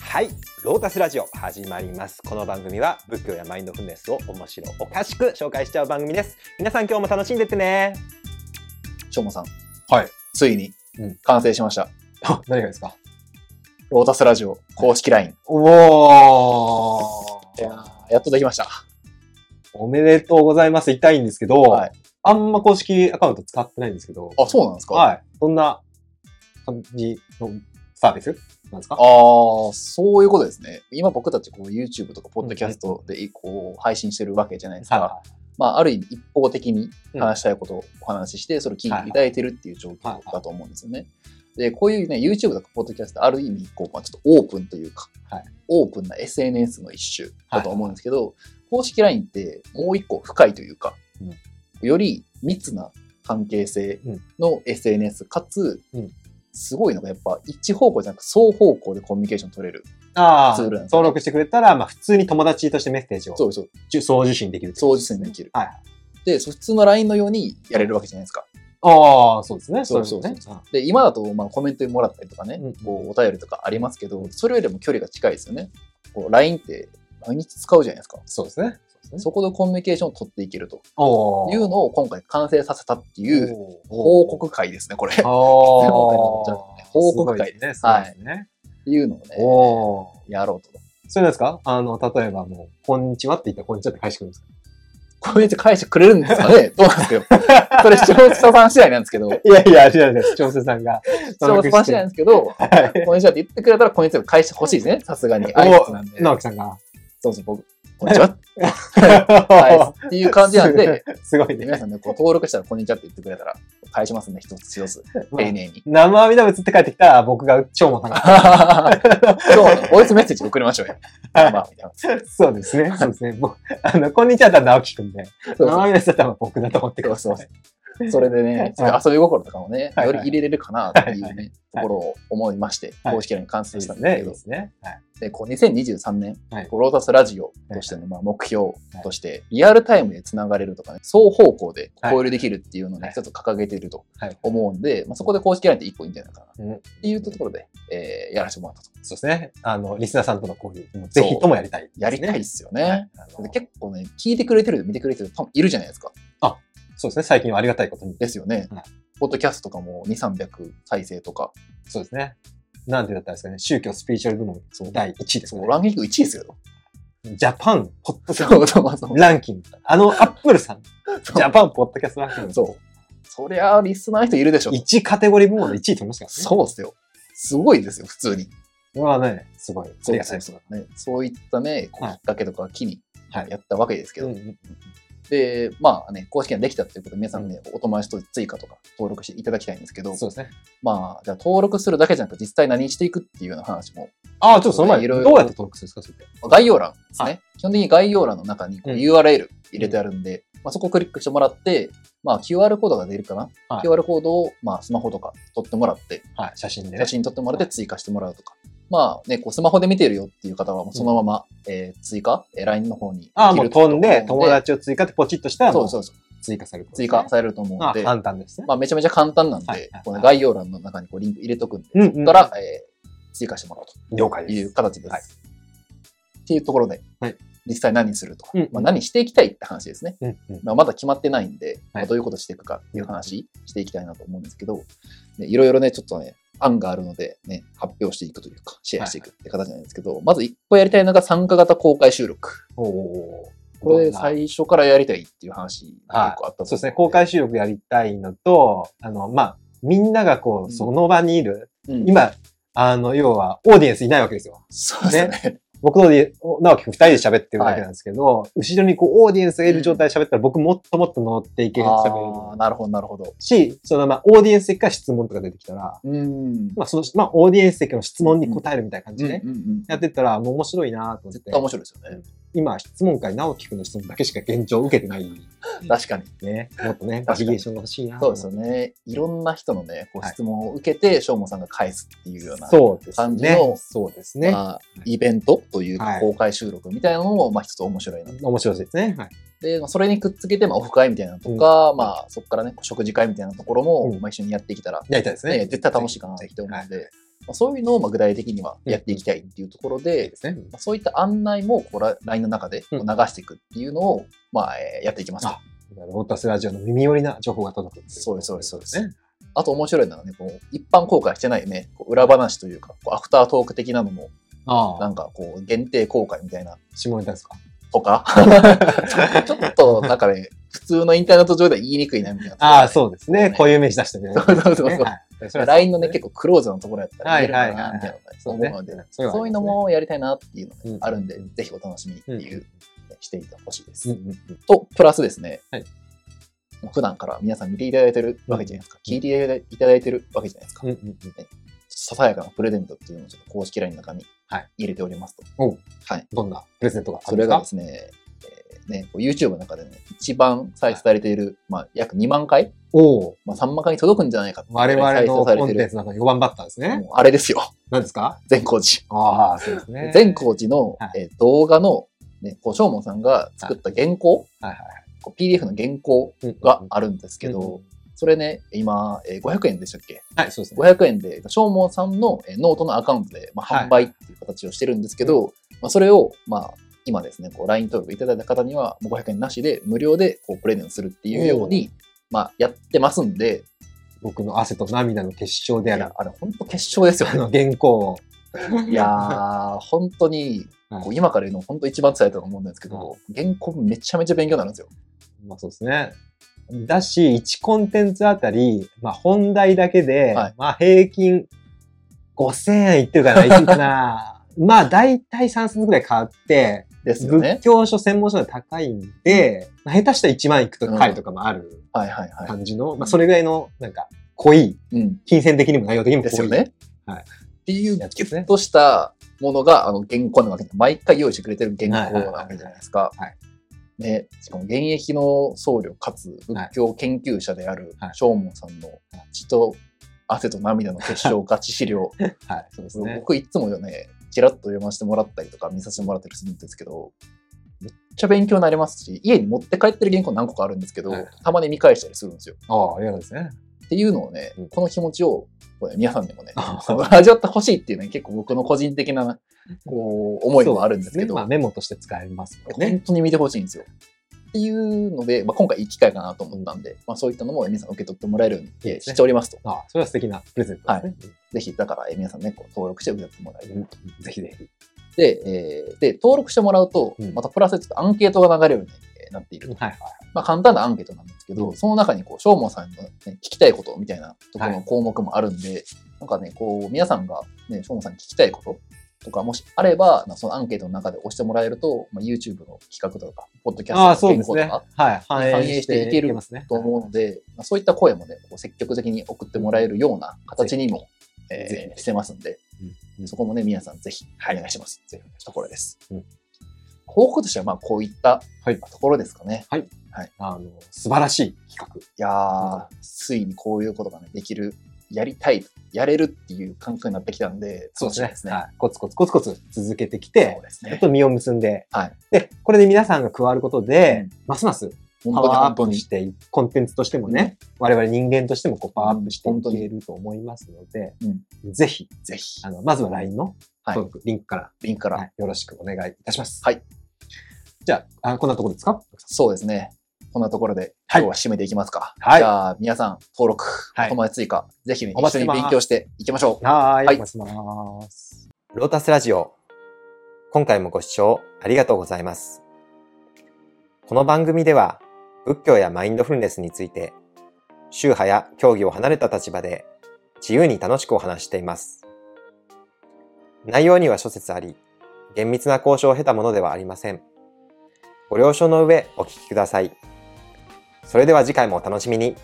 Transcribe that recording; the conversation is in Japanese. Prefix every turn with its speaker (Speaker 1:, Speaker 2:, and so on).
Speaker 1: はいロータスラジオ始まりますこの番組は仏教やマインドフルネスを面白おかしく紹介しちゃう番組です皆さん今日も楽しんでってね
Speaker 2: しょうもさん。
Speaker 3: はい。
Speaker 2: ついに
Speaker 1: うん、
Speaker 2: 完成しました。
Speaker 3: あ、何がですか
Speaker 2: ロータスラジオ公式 LINE。
Speaker 3: お
Speaker 2: いやーやっとできました。
Speaker 3: おめでとうございます。言いたいんですけど、
Speaker 2: はい
Speaker 3: あんま公式アカウント使ってないんですけど、
Speaker 2: あ、そうなんですか
Speaker 3: はい。どんな感じのサービスなんですか
Speaker 2: あーそういうことですね。今僕たちこう YouTube とか Podcast でこう配信してるわけじゃないですか。
Speaker 3: は
Speaker 2: まあ、ある意味一方的に
Speaker 3: うん
Speaker 2: 話したいことをお話しして、それを聞いていただいてるっていう状況だと思うんですよね。で、こういうね、YouTube とか Podcast ある意味、こう、まあ、ちょっとオープンというか、
Speaker 3: はい
Speaker 2: オープンな SNS の一種だと思うんですけど、公式 LINE ってもう一個深いというか、より密な関係性の SNS、かつ、
Speaker 3: うん
Speaker 2: すごいのがやっぱ一方向じゃなく双方向でコミュニケーション取れる。
Speaker 3: ああ、
Speaker 2: ツールなんですね
Speaker 3: 登録してくれたら、まあ普通に友達としてメッセージを
Speaker 2: そうそう、
Speaker 3: じゅ送受信できる。
Speaker 2: 送受信できる。
Speaker 3: はい。
Speaker 2: で、そう普通の LINE のようにやれるわけじゃないですか。
Speaker 3: ああ、そうですね。
Speaker 2: そうそう
Speaker 3: れもね
Speaker 2: で今だとまあコメントもらったりとかね、
Speaker 3: うん
Speaker 2: こうお便りとかありますけど、それよりも距離が近いですよね。こう LINE って毎日使うじゃないですか。
Speaker 3: そうですね。そうですね。
Speaker 2: そこでコミュニケーションを取っていけると
Speaker 3: お
Speaker 2: いうのを今回完成させたっていう
Speaker 3: 報。
Speaker 2: 報告会ですね、これ。
Speaker 3: ああ。
Speaker 2: っ報告会
Speaker 3: ですね。すご
Speaker 2: はいい
Speaker 3: ですね。
Speaker 2: ていうの
Speaker 3: お
Speaker 2: をね、
Speaker 3: お。
Speaker 2: やろうと。
Speaker 3: それなんですかあの、例えばもう、こんにちはって言ったら、こんにちはって返してくるんですか
Speaker 2: こうやって返してくれるんですか ねどうなんですかよ。それ視聴者さん次第なんですけど、視
Speaker 3: いやいや、違う違 う、調整さんが。
Speaker 2: 聴者さん次第なんですけど、こんにちはって言ってくれたら、こんにちは返してほしいですね、さすがに。挨拶なんで。
Speaker 3: 直樹さんが。
Speaker 2: そうそう、僕、こんにちは。返すっていう感じなんで、
Speaker 3: すごい
Speaker 2: で皆
Speaker 3: ね。
Speaker 2: さんね、こう登録したらこんにちはって言ってくれたら、返しますね、一つ一つ、丁 寧に。
Speaker 3: 生阿弥陀仏って帰ってきたら、僕が超も 高
Speaker 2: 今日はね、ボイスメッセージ送りましょうよ。まあまあ、みたいな。
Speaker 3: い。そうですね。そうですね。もう、あの、こんにちはだったら直樹くんで、
Speaker 2: そう
Speaker 3: 生阿弥陀仏だったら僕だと思ってくだ
Speaker 2: そ
Speaker 3: さい。
Speaker 2: うそうそれでね、ちょっと遊び心とかもね、
Speaker 3: はい
Speaker 2: よ
Speaker 3: はい
Speaker 2: り入れれるかなっていうね、と
Speaker 3: はい
Speaker 2: ころを思いまして、
Speaker 3: はい
Speaker 2: 公式 LINE に完成し
Speaker 3: そ
Speaker 2: た
Speaker 3: うんですね。いい
Speaker 2: ですけ
Speaker 3: で
Speaker 2: ど、
Speaker 3: すね。はい
Speaker 2: でこう2023年、
Speaker 3: はい
Speaker 2: こうロータスラジオとしてのまあ目標として、リアルタイムでつながれるとかね、双方向で交流できるっていうのを
Speaker 3: は
Speaker 2: ね
Speaker 3: い、
Speaker 2: 一つ掲げていると
Speaker 3: はい。
Speaker 2: 思うんで、まあ、そこで公式 LINE って一個いいんじゃないかなっ
Speaker 3: うん
Speaker 2: ていうところで、えーやらせてもらったと。
Speaker 3: そうですね。あの、リスナーさんとの交流、もうぜひともやりたいですね。
Speaker 2: やりたいっすよね。
Speaker 3: はい。あの
Speaker 2: で結構ね、聞いてくれてる、見てくれてる、多分いるじゃないですか。
Speaker 3: そうですね。最近はありがたいことに。
Speaker 2: ですよね。
Speaker 3: はい
Speaker 2: ポッドキャストとかも2、300再生とか、
Speaker 3: そうですね。なんてだったんですかね。宗教スピリチュアル部門第1位です
Speaker 2: そう
Speaker 3: ね。
Speaker 2: ランキング1位ですよ。
Speaker 3: ジャパンポッドキャス
Speaker 2: そうそうそ
Speaker 3: ト
Speaker 2: う。
Speaker 3: ランキング。あの、アップルさん。
Speaker 2: そう
Speaker 3: ジャパンポッドキャストランキング。
Speaker 2: そう。そりゃあ、リスナーの人いるでしょ。
Speaker 3: 1カテゴリー部門で1位取りましたからね。
Speaker 2: そうっすよ。すごいですよ、普通に。
Speaker 3: う。はね、すごい。ありがた
Speaker 2: そ
Speaker 3: いうです
Speaker 2: そうそうね。そういったね、こう
Speaker 3: はい
Speaker 2: きっかけとかを機に
Speaker 3: はい
Speaker 2: やったわけですけ
Speaker 3: けど。
Speaker 2: ど、
Speaker 3: うんうん
Speaker 2: で、まあね、公式ができたということで、皆さんね、お友達と追加とか登録していただきたいんですけど、
Speaker 3: そうですね。
Speaker 2: まあ、じゃあ登録するだけじゃなくて、実際何していくっていうような話も
Speaker 3: ああ、ちょっとその前に、
Speaker 2: い
Speaker 3: ど
Speaker 2: ろ
Speaker 3: う
Speaker 2: い
Speaker 3: や
Speaker 2: ろ
Speaker 3: って登録するんですかそれって
Speaker 2: 概要欄ですね。
Speaker 3: は
Speaker 2: 基本的に概要欄の中にこう
Speaker 3: うん
Speaker 2: URL 入れてあるんで、まあ、そこをクリックしてもらって、まあ、QR コードが出るかな、
Speaker 3: はい
Speaker 2: ?QR コードを、まあ、スマホとか撮ってもらって、
Speaker 3: はい、写真でね
Speaker 2: 写。真撮ってもらって追加してもらうとか。まあね、こうスマホで見てるよっていう方は、もうそのまま、えー追加、えー LINE の方にできると
Speaker 3: ああ、
Speaker 2: 思
Speaker 3: もう
Speaker 2: う
Speaker 3: ん
Speaker 2: で。
Speaker 3: 飛んで、友達を追加ってポチッとしたら、
Speaker 2: そ
Speaker 3: も
Speaker 2: うそううそう。
Speaker 3: 追加される。
Speaker 2: 追加
Speaker 3: さ
Speaker 2: されると思うん
Speaker 3: れ
Speaker 2: で、
Speaker 3: る。簡単ですね。
Speaker 2: まあ、めちゃめちゃ簡単なん
Speaker 3: はいはい
Speaker 2: で
Speaker 3: はい、
Speaker 2: この概要欄の中にこうリンク入れとくんで、
Speaker 3: うんうん
Speaker 2: そこから、えー追加してもらうと。
Speaker 3: 了解
Speaker 2: い
Speaker 3: で
Speaker 2: う
Speaker 3: す。
Speaker 2: 形です。
Speaker 3: はい
Speaker 2: っていうところで、
Speaker 3: はい
Speaker 2: 実際何するとか、
Speaker 3: うんうん
Speaker 2: まあ、何していきたいって話ですね。
Speaker 3: うんうん
Speaker 2: まあ、まだ決まってないんで、ま
Speaker 3: は
Speaker 2: あ
Speaker 3: い
Speaker 2: どういうことしていくかっていう話していきたいなと思うんですけど、ねいろいろね、ちょっとね、案があるので、ね、発表していくというか、シェアしていくって形なんですけど、まず1個やりたいのが参加型公開収録。
Speaker 3: おおー。
Speaker 2: これ
Speaker 3: どんな
Speaker 2: 最初からやりたいっていう話結構あったと思ん
Speaker 3: そうですね、公開、収録やりたいのと、あの、まあ、みんながこ
Speaker 2: う
Speaker 3: う、
Speaker 2: ん
Speaker 3: その場にいる、
Speaker 2: うん、
Speaker 3: 今、あの、要は、オーディエンスいないわけですよ。
Speaker 2: そうですね。
Speaker 3: 僕とオーディエンス、直樹くん二人で喋ってるだけなんですけど、後ろにこう、オーディエンスがいる状態で喋ったら、僕もっともっと乗っていける、
Speaker 2: あ
Speaker 3: 喋
Speaker 2: ー
Speaker 3: れる
Speaker 2: なるほど、なるほど。
Speaker 3: し、その、まあ、オーディエンス席から質問とか出てきたら、
Speaker 2: うん。
Speaker 3: まあ、その、まあ、オーディエンス席の質問に答えるみたいな感じで、
Speaker 2: うんうんうん
Speaker 3: やってったら、もう面白いなと思っ
Speaker 2: 絶
Speaker 3: て
Speaker 2: 対、面白いですよね。
Speaker 3: 今、質問会、直樹くんの質問だけしか現状受けてないんで
Speaker 2: 確かに。
Speaker 3: ね、もっとね、
Speaker 2: 確か
Speaker 3: バ
Speaker 2: に
Speaker 3: リエーションが欲しいなと
Speaker 2: そう
Speaker 3: 思っ
Speaker 2: で
Speaker 3: て
Speaker 2: すよね。いろんな人のね、こう
Speaker 3: はい
Speaker 2: 質問を受けて、しょうもさんが返すっていうような、
Speaker 3: そうです
Speaker 2: 感じ
Speaker 3: ね
Speaker 2: の。
Speaker 3: そうですね。
Speaker 2: まあ、イベントという
Speaker 3: は
Speaker 2: か
Speaker 3: い
Speaker 2: 公開収録みたいなのも、まあ、一つ面白いなと。
Speaker 3: 面白いですね。はい。
Speaker 2: で、まあ、それにくっつけて、まあ、オフ会みたいなのとか、まあ、そこからね、こう食事会みたいなところも、
Speaker 3: うん
Speaker 2: まあ、一緒にやってきたら、
Speaker 3: やりたいですね。
Speaker 2: ね、絶対楽しいかなって思うんで、
Speaker 3: はい
Speaker 2: まあ、そういうのをまあ具体的にはやっていきたいっていうところで、
Speaker 3: ですね。
Speaker 2: まあそういった案内もこうラ LINE の中でこう
Speaker 3: う
Speaker 2: 流
Speaker 3: ん
Speaker 2: していくっていうのを、まあ、えーやっていきますと
Speaker 3: あなるほど。タスラジオの耳寄りな情報が届く。
Speaker 2: そうですそうですそうです
Speaker 3: ね。
Speaker 2: あと面白いのはね、こう一般公開してないね、こう裏話というか、こうアフタートーク的なのも、
Speaker 3: あ
Speaker 2: なんかこう限定公開みたいな
Speaker 3: 下ネタですか
Speaker 2: とか、ちょっとなんかね、普通のインターネット上では言いにくいなみたいな。
Speaker 3: ああ、そうです
Speaker 2: そう
Speaker 3: ね。
Speaker 2: ね
Speaker 3: こういう名刺出してね。
Speaker 2: そうそうそうそう
Speaker 3: はいそれはそう。
Speaker 2: LINE のね、結構クローズのところやったら
Speaker 3: は
Speaker 2: 見
Speaker 3: い
Speaker 2: れる
Speaker 3: は
Speaker 2: か
Speaker 3: いはい
Speaker 2: な
Speaker 3: はい
Speaker 2: みたいなのが
Speaker 3: そう
Speaker 2: 思う
Speaker 3: ね
Speaker 2: ので、
Speaker 3: そういうのは
Speaker 2: そういうのもやりたいなっていうのが
Speaker 3: うん
Speaker 2: あるんで
Speaker 3: う、ん、
Speaker 2: ぜひお楽しみっていううんしていてほしいで
Speaker 3: うん
Speaker 2: す
Speaker 3: う。んうん
Speaker 2: と、プラスですね
Speaker 3: はい、
Speaker 2: 普段から皆さん見ていただいてるわけじゃないですか、聞いていただいてるわけじゃないですか
Speaker 3: うん。うんうん。
Speaker 2: ささやかなプレゼントっていうのをちょっと公式 LINE の中に
Speaker 3: はい
Speaker 2: 入れておりますと。
Speaker 3: おう
Speaker 2: はい。
Speaker 3: どんなプレゼントがあ
Speaker 2: そ
Speaker 3: るんで
Speaker 2: れ
Speaker 3: す
Speaker 2: が
Speaker 3: か
Speaker 2: ですね、えーね、こう YouTube の中でね、一番再生されている、まあ、約2万回、
Speaker 3: おう
Speaker 2: まあ、3万回に届くんじゃないかっていう
Speaker 3: 我
Speaker 2: ぐら
Speaker 3: 々
Speaker 2: い再生
Speaker 3: の
Speaker 2: され
Speaker 3: コ
Speaker 2: て
Speaker 3: ンテン
Speaker 2: る。
Speaker 3: ツなんか4番バッターですね。
Speaker 2: もうあれですよ、
Speaker 3: 何ですか
Speaker 2: 善光寺。
Speaker 3: ああ、そうですね。
Speaker 2: 善光寺の、
Speaker 3: はい
Speaker 2: えー動画の、ね、こう、正門さんが作った原稿、
Speaker 3: はいは
Speaker 2: こう PDF の原稿
Speaker 3: いはい。
Speaker 2: があるんですけど、
Speaker 3: うんうん
Speaker 2: それね、今、えー500円でしたっけ
Speaker 3: はい、そうですね。
Speaker 2: 500円で、正門さんのえーノートのアカウントで、まあ、
Speaker 3: はい
Speaker 2: 販売っていう形をしてるんですけど、まあ、それを、まあ、今ですね、こう LINE 登録いただいた方には、もう500円なしで無料でこうプレゼントするっていうように、まあ、やってますんで、
Speaker 3: 僕の汗と涙の結晶
Speaker 2: い
Speaker 3: であ
Speaker 2: や
Speaker 3: る、
Speaker 2: あれ、本当決勝ですよ
Speaker 3: あ。の原稿を。
Speaker 2: いや ー、本当に、こ
Speaker 3: は
Speaker 2: う今から言うの本当一番伝えたと思うんですけど、原稿めちゃめちゃ勉強になるんですよ。
Speaker 3: まあそうですね。だし、1コンテンツあたり、まあ本題だけで、
Speaker 2: はい
Speaker 3: まあ平均5000円いってるからな、いく な。まあ大体3冊ぐらい買って、
Speaker 2: ですよね
Speaker 3: 仏。教書専門書で高いんで、まあ下手したら1万いくと回とかもある
Speaker 2: はいはいは
Speaker 3: 感じの、まあそれぐらいの、なんか、濃い、
Speaker 2: い。うん。
Speaker 3: 金銭的にも内容的にも
Speaker 2: で
Speaker 3: 濃い。
Speaker 2: すよね。
Speaker 3: はい
Speaker 2: っていうギ
Speaker 3: や
Speaker 2: ュ
Speaker 3: つですね
Speaker 2: ッとしたものがあの原稿なわけで、毎回用意してくれてる原稿なわけじゃないですか
Speaker 3: いはいはい。
Speaker 2: ね、しかも現役の僧侶かつ仏教研究者である
Speaker 3: はい
Speaker 2: 正門さんの血と汗と涙の結 晶ガチ資料、
Speaker 3: はい、そうです
Speaker 2: これ
Speaker 3: ね。
Speaker 2: 僕いつもよね、ちらっと読ませてもらったりとか見させてもらったりするんですけど、めっちゃ勉強になりますし、家に持って帰ってる原稿何個かあるんですけど
Speaker 3: はい、
Speaker 2: たまに見返したりするんですよ。
Speaker 3: ああ、ありがとうですね。
Speaker 2: っていうのをね、
Speaker 3: うん
Speaker 2: この気持ちをこれ皆さんでもね、
Speaker 3: あ
Speaker 2: その味わってほしいっていうね、結構僕の個人的なこう思いもあるんですけ
Speaker 3: そ
Speaker 2: ど、
Speaker 3: うねまあメモとして使えますもん
Speaker 2: 本
Speaker 3: ね。
Speaker 2: 当に見てほしいんですよ。っていうので、まあ、今回いい機会かなと思ったんで、まあ、そういったのも皆さん受け取ってもらえるように
Speaker 3: い
Speaker 2: えー
Speaker 3: ですね
Speaker 2: しておりますと。
Speaker 3: ああ、それは素敵なプレゼントですね。
Speaker 2: ぜひ、だからえー皆さんね、こう登録して受け取ってもらえる。
Speaker 3: うんぜひぜひ。
Speaker 2: で、えーで、登録してもらうと
Speaker 3: う、ん
Speaker 2: またプラスちょっとアンケートが流れるようにえーなっている。
Speaker 3: はいはい。
Speaker 2: まあ、簡単なアンケートなんですけど、
Speaker 3: うん
Speaker 2: その中にこう、しょうもさんの、ね、聞きたいことみたいなところ
Speaker 3: は
Speaker 2: の項目もあるんで、なんかね、こう、皆さんが、ね、しょうもさんに聞きたいこととか、もしあれば、なそのアンケートの中で押してもらえると、まあ、YouTube の企画とか、ポッドキャ
Speaker 3: ああ、
Speaker 2: スト
Speaker 3: そうで
Speaker 2: の原
Speaker 3: す
Speaker 2: 稿と
Speaker 3: ね
Speaker 2: か。
Speaker 3: はい。
Speaker 2: 反映していける
Speaker 3: ますね
Speaker 2: と思うので、まあ、そういった声もね、こう積極的に送ってもらえるような形にも、
Speaker 3: ぜ
Speaker 2: えーしてますんで、
Speaker 3: うん
Speaker 2: そこもね、皆さんぜひお願いします。というところです。
Speaker 3: うん
Speaker 2: 報告としては、まあ、こういった
Speaker 3: はい
Speaker 2: ところですかね。
Speaker 3: あの、素晴らしい企
Speaker 2: いやー、ついにこういうことがね、できる、やりたい、やれるっていう環境になってきたんで、
Speaker 3: 画。そうですね。
Speaker 2: 楽しみ
Speaker 3: はい。コツコツコツコツ続けてき
Speaker 2: で
Speaker 3: て
Speaker 2: そう、です
Speaker 3: ちょっ
Speaker 2: ね。
Speaker 3: と実を結んで、
Speaker 2: はい。
Speaker 3: で、これで皆さんが加わることで、
Speaker 2: うん
Speaker 3: ますますパ
Speaker 2: 本当に
Speaker 3: ワーア
Speaker 2: 本
Speaker 3: ッ
Speaker 2: 当
Speaker 3: プ
Speaker 2: に
Speaker 3: し。ていく、コンテンツとしてもね、我々人間としてもこうパワーアップして
Speaker 2: うん本当
Speaker 3: い
Speaker 2: に
Speaker 3: けると思いますので、
Speaker 2: う
Speaker 3: ぜひ、
Speaker 2: ぜひ
Speaker 3: あ、の、まずは LINE の
Speaker 2: はい
Speaker 3: 登録、リンクから、
Speaker 2: リンクから、
Speaker 3: はいよろしくお願いいたします。
Speaker 2: はい。
Speaker 3: じゃあ、あこんなところですか
Speaker 2: そうですね。こんなところで、
Speaker 3: はい
Speaker 2: 今日は締めていきますか。
Speaker 3: はい
Speaker 2: じゃあ、皆さん、登録、
Speaker 3: はい
Speaker 2: お友達追加、ぜひね、
Speaker 3: お待ちして
Speaker 2: 一緒に
Speaker 3: ます
Speaker 2: 勉強していきましょう。
Speaker 3: はーい。
Speaker 2: はい
Speaker 3: お待ちしてます。
Speaker 1: ロータスラジオ。今回もご視聴ありがとうございます。この番組では仏教やマインドフルネスについて、宗派や教義を離れた立場で自由に楽しくお話しています。内容には諸説あり、厳密な交渉を経たものではありません。ご了承の上お聞きください。それでは次回もお楽しみに。